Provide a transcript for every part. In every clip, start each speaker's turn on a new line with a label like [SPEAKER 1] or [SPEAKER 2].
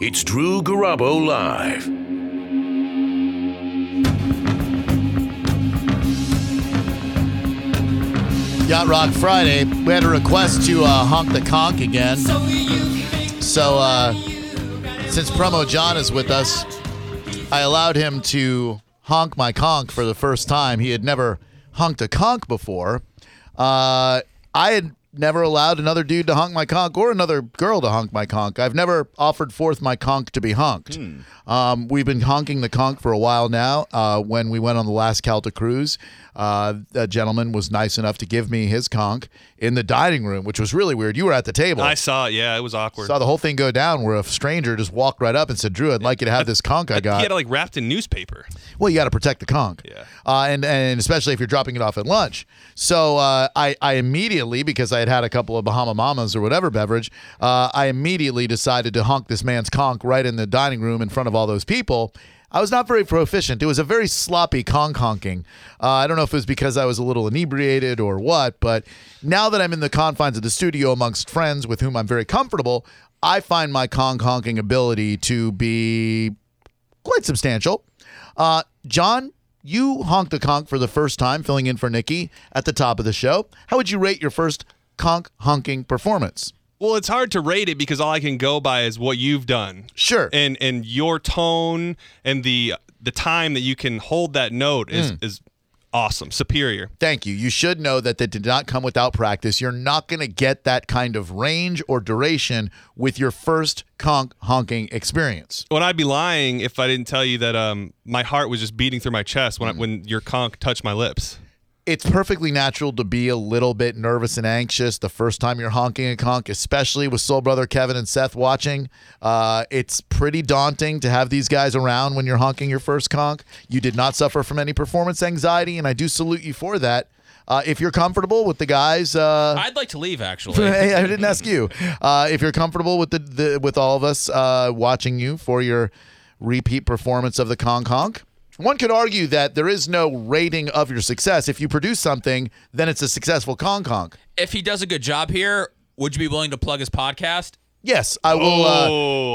[SPEAKER 1] It's Drew Garabo Live.
[SPEAKER 2] Yacht Rock Friday. We had a request to uh, honk the conk again. So, uh, since Promo John is with us, I allowed him to honk my conk for the first time. He had never honked a conk before. Uh, I had never allowed another dude to honk my conk or another girl to honk my conk. I've never offered forth my conk to be honked. Um, we've been honking the conk for a while now. Uh, when we went on the last Calta cruise, uh, a gentleman was nice enough to give me his conk in the dining room, which was really weird. You were at the table.
[SPEAKER 3] I saw it. Yeah, it was awkward.
[SPEAKER 2] Saw the whole thing go down where a stranger just walked right up and said, "Drew, I'd like you to have this conch I
[SPEAKER 3] He
[SPEAKER 2] got."
[SPEAKER 3] had it like wrapped in newspaper.
[SPEAKER 2] well, you got to protect the conch,
[SPEAKER 3] Yeah.
[SPEAKER 2] uh, and and especially if you're dropping it off at lunch. So uh, I I immediately because I had had a couple of Bahama Mamas or whatever beverage, uh, I immediately decided to honk this man's conch right in the dining room in front of all those people. I was not very proficient. It was a very sloppy conch honking. Uh, I don't know if it was because I was a little inebriated or what, but now that I'm in the confines of the studio amongst friends with whom I'm very comfortable, I find my conch honking ability to be quite substantial. Uh, John, you honked a conk for the first time, filling in for Nikki at the top of the show. How would you rate your first conk honking performance?
[SPEAKER 3] Well, it's hard to rate it because all I can go by is what you've done.
[SPEAKER 2] Sure.
[SPEAKER 3] And and your tone and the the time that you can hold that note is
[SPEAKER 2] Mm.
[SPEAKER 3] is awesome, superior.
[SPEAKER 2] Thank you. You should know that that did not come without practice. You're not going to get that kind of range or duration with your first conk honking experience.
[SPEAKER 3] When I'd be lying if I didn't tell you that um my heart was just beating through my chest
[SPEAKER 2] Mm.
[SPEAKER 3] when I, when your conch touched my lips.
[SPEAKER 2] it's perfectly natural to be a little bit nervous and anxious the first time you're honking a conk, especially with Soul Brother Kevin and Seth watching. Uh, it's pretty daunting to have these guys around when you're honking your first conk. You did not suffer from any performance anxiety, and I do salute you for that. Uh, if you're comfortable with the guys, uh,
[SPEAKER 4] I'd like to leave actually.
[SPEAKER 2] I, I didn't ask you. Uh, if you're comfortable with the, the with all of us uh, watching you for your repeat performance of the conk honk. One could argue that there is no rating of your success. If you produce something, then it's a successful conk honk.
[SPEAKER 4] if he does a good job here, would you be willing to plug his podcast?
[SPEAKER 2] Yes, I will.
[SPEAKER 3] Oh.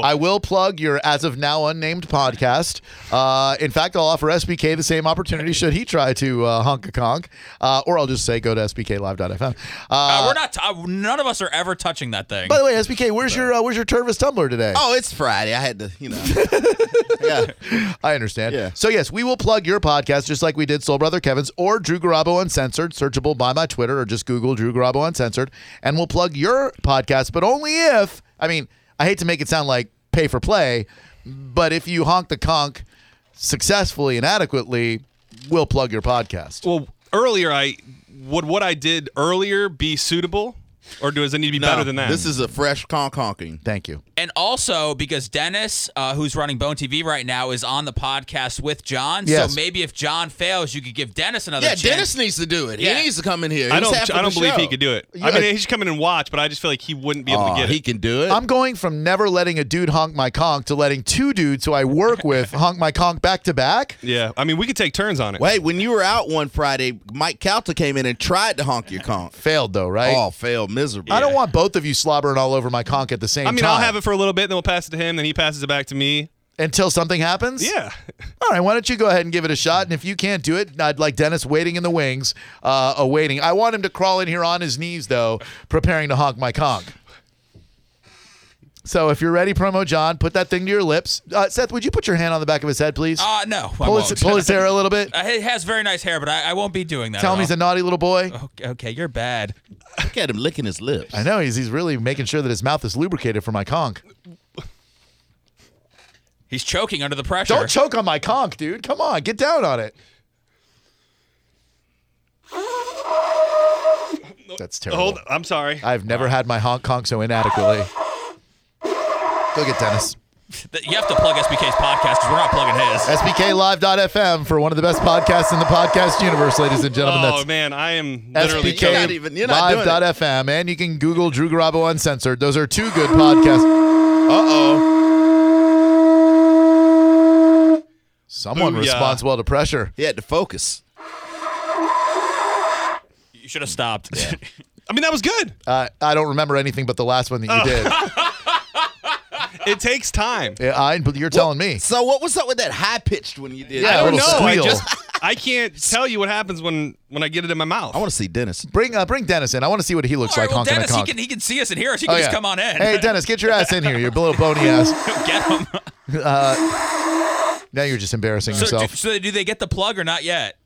[SPEAKER 2] Uh, I will plug your as of now unnamed podcast. Uh, in fact, I'll offer SBK the same opportunity should he try to uh, honk a conk, uh, or I'll just say go to sbklive.fm.
[SPEAKER 4] Uh, we're not. uh, none of us are ever touching that thing.
[SPEAKER 2] By the way, SBK, where's your uh, where's your Tervis tumbler today?
[SPEAKER 5] Oh, it's Friday. I had to, you know. yeah.
[SPEAKER 2] I understand.
[SPEAKER 5] Yeah.
[SPEAKER 2] So yes, we will plug your podcast just like we did Soul Brother Kevin's or Drew Garabo Uncensored, searchable by my Twitter or just Google Drew Garabo Uncensored, and we'll plug your podcast, but only if I mean I hate to make it sound like pay for play, but if you honk the conk successfully and adequately, we'll plug your podcast.
[SPEAKER 3] Well, earlier I would what I did earlier be suitable or does it need to be better than that?
[SPEAKER 5] Oh, This is a fresh conk honking.
[SPEAKER 2] Thank you.
[SPEAKER 4] and also because Dennis, uh, who's running Bone TV right now, is on the podcast with John.
[SPEAKER 2] Yes.
[SPEAKER 4] So maybe if John fails, you could give Dennis another.
[SPEAKER 5] Yeah,
[SPEAKER 4] chance.
[SPEAKER 5] Dennis needs to do it.
[SPEAKER 4] Yeah.
[SPEAKER 5] He needs to come in here.
[SPEAKER 3] I
[SPEAKER 5] He's
[SPEAKER 3] don't.
[SPEAKER 5] half of
[SPEAKER 3] I don't
[SPEAKER 5] the
[SPEAKER 3] believe he
[SPEAKER 5] show.
[SPEAKER 3] could do it.
[SPEAKER 2] Yeah.
[SPEAKER 3] I mean, he should come in and watch, but I just feel like he wouldn't be able
[SPEAKER 5] Aw,
[SPEAKER 3] to get
[SPEAKER 5] Oh, he
[SPEAKER 3] it.
[SPEAKER 5] can do it.
[SPEAKER 2] I'm going from never letting a dude honk my conk to letting two dudes who I work with honk my conk back to back.
[SPEAKER 3] Yeah, I mean, we could take turns on it.
[SPEAKER 5] Wait, when you were out one Friday, Mike Calta came in and tried to honk your conk.
[SPEAKER 2] Failed though, right?
[SPEAKER 5] oh, failed miserably.
[SPEAKER 2] I don't want both of you slobbering all over my conk at the same
[SPEAKER 3] I
[SPEAKER 2] time.
[SPEAKER 3] mean, I'll have it for a little bit, then we'll pass it to him, then he passes it back to me.
[SPEAKER 2] until something happens?
[SPEAKER 3] Yeah.
[SPEAKER 2] All right, why don't you go ahead and give it a shot? And if you can't do it, I'd like Dennis waiting in the wings, uh, awaiting. I want him to crawl in here on his knees, though, preparing to honk my conk. So if you're ready, promo John, put that thing to your lips. Uh, Seth, would you put your hand on the back of his head, please?
[SPEAKER 3] Ah,
[SPEAKER 4] Uh, no. I
[SPEAKER 2] pull, his,
[SPEAKER 4] won't.
[SPEAKER 2] pull his hair a little bit.
[SPEAKER 4] Uh, he has very nice hair, but I, I won't be doing that.
[SPEAKER 2] Tell
[SPEAKER 4] at
[SPEAKER 2] him he's a
[SPEAKER 4] all.
[SPEAKER 2] naughty little boy.
[SPEAKER 4] Okay, okay, you're bad.
[SPEAKER 5] Look at him licking his lips.
[SPEAKER 2] I know he's he's really making sure that his mouth is lubricated for my conk.
[SPEAKER 4] He's choking under the pressure.
[SPEAKER 2] Don't choke on my conk, dude. Come on, get down on it. That's terrible.
[SPEAKER 3] Hold. I'm sorry.
[SPEAKER 2] I've never had my honk conk so inadequately. Go get Dennis.
[SPEAKER 4] Th- You have to plug SBK's podcast because we're not plugging his.
[SPEAKER 2] SBKLive.fm for one of the best podcasts in the podcast universe, ladies and gentlemen.
[SPEAKER 3] Oh
[SPEAKER 2] That's
[SPEAKER 3] man, I am literally
[SPEAKER 2] SBK
[SPEAKER 5] You're not
[SPEAKER 3] killing.
[SPEAKER 5] even- you're not doing it.
[SPEAKER 2] Live.fm, and you can Google Drew Garabo Uncensored. Those are two good podcasts.
[SPEAKER 5] oh.
[SPEAKER 2] Someone
[SPEAKER 3] Booyah.
[SPEAKER 2] responds well to pressure.
[SPEAKER 5] He had to focus.
[SPEAKER 4] You should have stopped.
[SPEAKER 3] I mean, that was good.
[SPEAKER 2] Uh, I don't remember anything but the last one that you did.
[SPEAKER 3] It takes time.
[SPEAKER 2] Yeah, I, but you're telling me.
[SPEAKER 5] So what was up with that high pitched when you did?
[SPEAKER 2] Yeah,
[SPEAKER 5] that?
[SPEAKER 2] a
[SPEAKER 3] I don't know.
[SPEAKER 2] little
[SPEAKER 3] I
[SPEAKER 2] squeal.
[SPEAKER 3] just I can't tell you what happens when when I get it in my mouth.
[SPEAKER 5] I want to see Dennis.
[SPEAKER 2] Bring uh, bring Dennis in. I want to see what he looks
[SPEAKER 4] All
[SPEAKER 2] like
[SPEAKER 4] right, well,
[SPEAKER 2] honking
[SPEAKER 4] Dennis,
[SPEAKER 2] a
[SPEAKER 4] he
[SPEAKER 2] conk.
[SPEAKER 4] can, he can see us and hear us. He can
[SPEAKER 2] Oh,
[SPEAKER 4] just
[SPEAKER 2] yeah.
[SPEAKER 4] come on in.
[SPEAKER 2] Hey, Dennis, get your ass in here. Your little bony ass.
[SPEAKER 4] Get him.
[SPEAKER 2] Uh, now you're just embarrassing
[SPEAKER 4] So, do,
[SPEAKER 2] yourself.
[SPEAKER 4] so do they get the plug or not yet?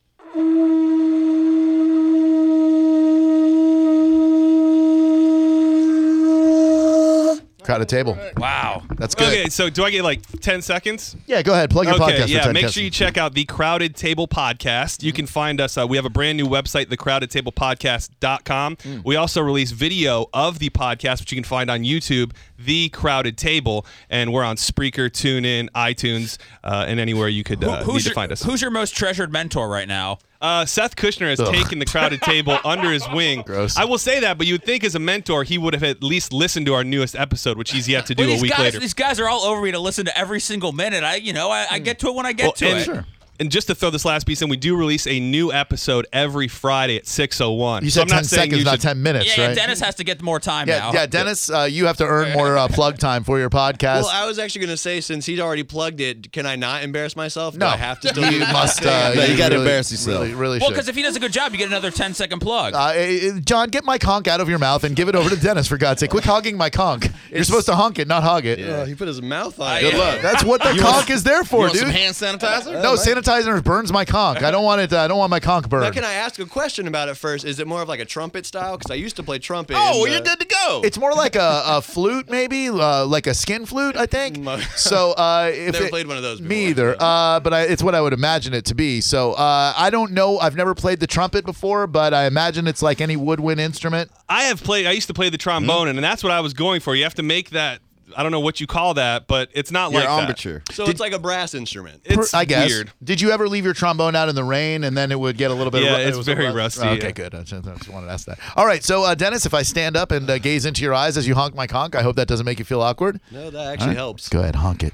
[SPEAKER 2] Crowd a table.
[SPEAKER 4] Wow.
[SPEAKER 2] That's good.
[SPEAKER 3] Okay, so do I get like 10 seconds?
[SPEAKER 2] Yeah, go ahead. Plug your
[SPEAKER 3] okay,
[SPEAKER 2] podcast. for
[SPEAKER 3] yeah.
[SPEAKER 2] Ted
[SPEAKER 3] Make
[SPEAKER 2] Kessler.
[SPEAKER 3] sure you check out the Crowded Table Podcast. You can find us. Uh, we have a brand new website, thecrowdedtablepodcast.com. We also release video of the podcast, which you can find on YouTube, The Crowded Table, and we're on Spreaker, TuneIn, iTunes, uh, and anywhere you could uh, need
[SPEAKER 4] Who- who's,
[SPEAKER 3] to
[SPEAKER 4] your,
[SPEAKER 3] find us.
[SPEAKER 4] who's your most treasured mentor right now?
[SPEAKER 3] Uh, Seth Kushner has taken the crowded table under his wing.
[SPEAKER 2] Gross.
[SPEAKER 3] I will say that, but you would think as a mentor, he would have at least listened to our newest episode, which he's yet to do
[SPEAKER 4] Well,
[SPEAKER 3] a
[SPEAKER 4] these
[SPEAKER 3] week
[SPEAKER 4] guys,
[SPEAKER 3] later.
[SPEAKER 4] These guys are all over me to listen to every single minute. I, you know, I, I get to it when I get
[SPEAKER 3] Well,
[SPEAKER 4] to
[SPEAKER 3] and,
[SPEAKER 4] it.
[SPEAKER 3] and just to throw this last piece in, we do release a new episode every Friday at 6.01.
[SPEAKER 2] You
[SPEAKER 3] so
[SPEAKER 2] said
[SPEAKER 3] I'm
[SPEAKER 2] 10
[SPEAKER 3] not saying
[SPEAKER 2] seconds,
[SPEAKER 3] you
[SPEAKER 2] not
[SPEAKER 3] should-
[SPEAKER 2] 10 minutes,
[SPEAKER 4] Yeah, yeah,
[SPEAKER 2] right?
[SPEAKER 4] Dennis has to get more time
[SPEAKER 2] yeah,
[SPEAKER 4] now.
[SPEAKER 2] yeah, Dennis, uh, you have to earn more uh, plug time for your podcast.
[SPEAKER 6] Well, I was actually going to say since he's already plugged it, can I not embarrass myself?
[SPEAKER 2] no,
[SPEAKER 6] Do I have to.
[SPEAKER 2] you
[SPEAKER 6] delete it?
[SPEAKER 2] must. Uh,
[SPEAKER 5] No, you gotta
[SPEAKER 2] really-
[SPEAKER 5] embarrass yourself.
[SPEAKER 2] Really, really
[SPEAKER 4] Well,
[SPEAKER 2] should.
[SPEAKER 4] because if he does a good job, you get another 10 second plug.
[SPEAKER 2] Uh, eh, eh, John, get my conk out of your mouth and give it over to Dennis for God's sake. Quit hogging my conk. You're supposed to honk it, not hog it.
[SPEAKER 6] Oh, he put his mouth on. it.
[SPEAKER 4] Good luck.
[SPEAKER 2] That's what the conk is there
[SPEAKER 5] You
[SPEAKER 2] for,
[SPEAKER 5] want
[SPEAKER 2] dude.
[SPEAKER 5] some hand sanitizer?
[SPEAKER 2] no, sanitizer burns my conk. I don't want it. uh, I don't want my conk
[SPEAKER 6] Now,
[SPEAKER 2] burned.
[SPEAKER 6] can I ask a question about it first? Is it more of like a trumpet style? Because I used to play trumpet.
[SPEAKER 5] Oh,
[SPEAKER 6] and,
[SPEAKER 5] well, you're
[SPEAKER 6] uh,
[SPEAKER 5] good to go.
[SPEAKER 2] It's more like a, a flute, maybe uh, like a skin flute, I think. So uh, if
[SPEAKER 6] Never
[SPEAKER 2] it-
[SPEAKER 6] played one of those
[SPEAKER 2] me
[SPEAKER 6] before.
[SPEAKER 2] either. Uh, but I, it's what I would imagine it to be. So uh, I don't know. I've never played the trumpet before, but I imagine it's like any woodwind instrument.
[SPEAKER 3] I have played, I used to play the trombone,
[SPEAKER 2] Mm-hmm.
[SPEAKER 3] and that's what I was going for. You have to make that, I don't know what you call that, but it's not
[SPEAKER 5] Your
[SPEAKER 3] like that.
[SPEAKER 5] armature.
[SPEAKER 6] So it's like a brass instrument.
[SPEAKER 3] It's
[SPEAKER 2] I guess.
[SPEAKER 3] weird.
[SPEAKER 2] Did you ever leave your trombone out in the rain and then it would get a little bit?
[SPEAKER 3] Yeah,
[SPEAKER 2] ru-
[SPEAKER 3] it's
[SPEAKER 2] it was
[SPEAKER 3] very
[SPEAKER 2] ru-
[SPEAKER 3] rusty,
[SPEAKER 2] Okay,
[SPEAKER 3] yeah.
[SPEAKER 2] good. I just, I just wanted to ask that. All right, so uh, Dennis, if I stand up and uh, gaze into your eyes as you honk my conk, I hope that doesn't make you feel awkward.
[SPEAKER 6] no, that actually helps.
[SPEAKER 2] Go ahead, honk it.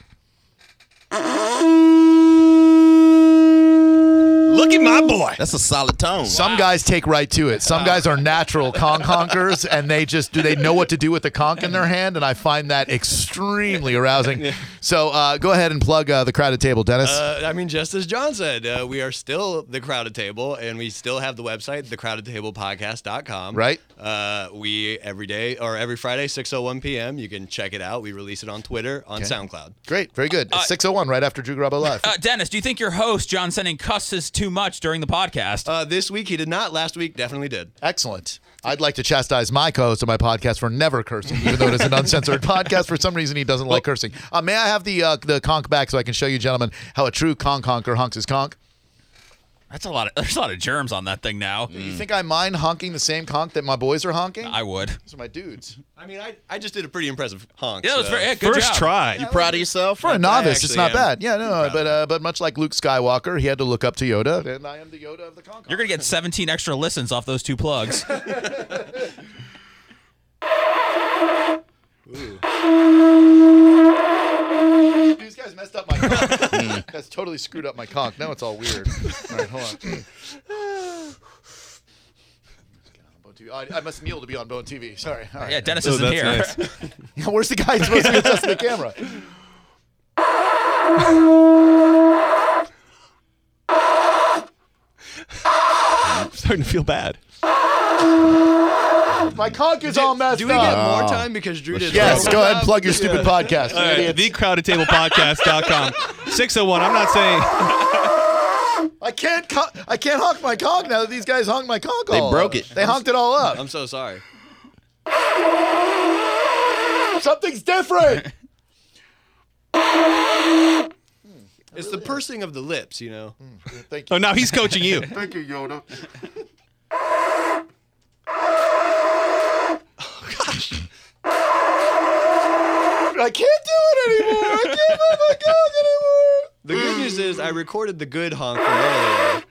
[SPEAKER 3] Look at my boy.
[SPEAKER 5] That's a solid tone.
[SPEAKER 2] Some guys take right to it. Some guys are natural conk honkers, and they just do. They know what to do with the conk in their hand, and I find that extremely arousing. So uh, go ahead and plug uh, the crowded table, Dennis.
[SPEAKER 6] Uh, I mean, just as John said, uh, we are still the Crowded Table, and we still have the website, thecrowdedtablepodcast.com.
[SPEAKER 2] Right.
[SPEAKER 6] Uh, we every day or every Friday, 6:01 p.m. You can check it out. We release it on Twitter, on SoundCloud.
[SPEAKER 2] Great, very good. It's Six oh one, right after Drew Garabo live.
[SPEAKER 4] Uh, Dennis, do you think your host, John Sending, cusses too much during the podcast?
[SPEAKER 6] Uh, this week he did not. Last week definitely did.
[SPEAKER 2] Excellent. I'd like to chastise my co-host of my podcast for never cursing, even though it is an uncensored podcast. For some reason, he doesn't like cursing. Uh, may I have the uh, the conk back so I can show you, gentlemen, how a true conk honker honks his conk?
[SPEAKER 4] That's a lot of, there's a lot of germs on that thing now.
[SPEAKER 3] Mm.
[SPEAKER 2] You think I mind honking the same conk that my boys are honking?
[SPEAKER 4] I would.
[SPEAKER 2] Those are my dudes.
[SPEAKER 6] I mean, I, I just did a pretty impressive honk.
[SPEAKER 4] Yeah, that was
[SPEAKER 6] so-
[SPEAKER 4] very, yeah, good
[SPEAKER 3] First
[SPEAKER 4] job.
[SPEAKER 3] try.
[SPEAKER 5] You proud of yourself?
[SPEAKER 2] For a novice, it's
[SPEAKER 6] actually
[SPEAKER 2] not
[SPEAKER 6] am.
[SPEAKER 2] bad. Yeah, no, no, but uh, but much like Luke Skywalker, he had to look up to Yoda, and I am the Yoda of the conk.
[SPEAKER 4] You're going to get 17 extra listens off those two plugs.
[SPEAKER 2] honker. These guys messed up my
[SPEAKER 6] Hmm.
[SPEAKER 2] conk. That's totally screwed up my conk. Now it's all weird. all right, hold on. Hmm. I, I must kneel to be on Bone TV. Sorry. All right.
[SPEAKER 4] Yeah, Dennis
[SPEAKER 3] Oh,
[SPEAKER 4] isn't
[SPEAKER 3] that's
[SPEAKER 4] here.
[SPEAKER 3] nice.
[SPEAKER 2] Where's the guy supposed to be adjusting the camera?
[SPEAKER 3] I'm starting to feel bad.
[SPEAKER 2] My conk is all messed
[SPEAKER 6] Do we get
[SPEAKER 2] up.
[SPEAKER 6] more time because Drew did?
[SPEAKER 2] yes,
[SPEAKER 6] a
[SPEAKER 2] go ahead
[SPEAKER 6] job?
[SPEAKER 2] and plug your stupid podcast. you
[SPEAKER 3] All right,
[SPEAKER 2] idiots.
[SPEAKER 3] thecrowdedtablepodcast.com. 601. I'm not saying
[SPEAKER 2] I can't co- I can't honk my conk now that these guys honked my conk
[SPEAKER 5] They
[SPEAKER 2] all
[SPEAKER 5] broke
[SPEAKER 2] up.
[SPEAKER 5] it.
[SPEAKER 2] They honked it all up.
[SPEAKER 6] I'm so sorry.
[SPEAKER 2] Something's different.
[SPEAKER 6] It's the pursing of the lips, you know.
[SPEAKER 2] Thank
[SPEAKER 3] Oh,
[SPEAKER 2] you.
[SPEAKER 3] now he's coaching you.
[SPEAKER 2] Thank you, Yoda. I can't do it anymore. I can't
[SPEAKER 6] news is I recorded the good honk from earlier.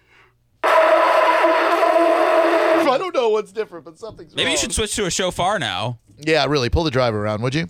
[SPEAKER 2] I don't know what's different, but something's
[SPEAKER 4] Maybe you should switch to a shofar now.
[SPEAKER 2] Yeah, really. Pull the driver around, would you?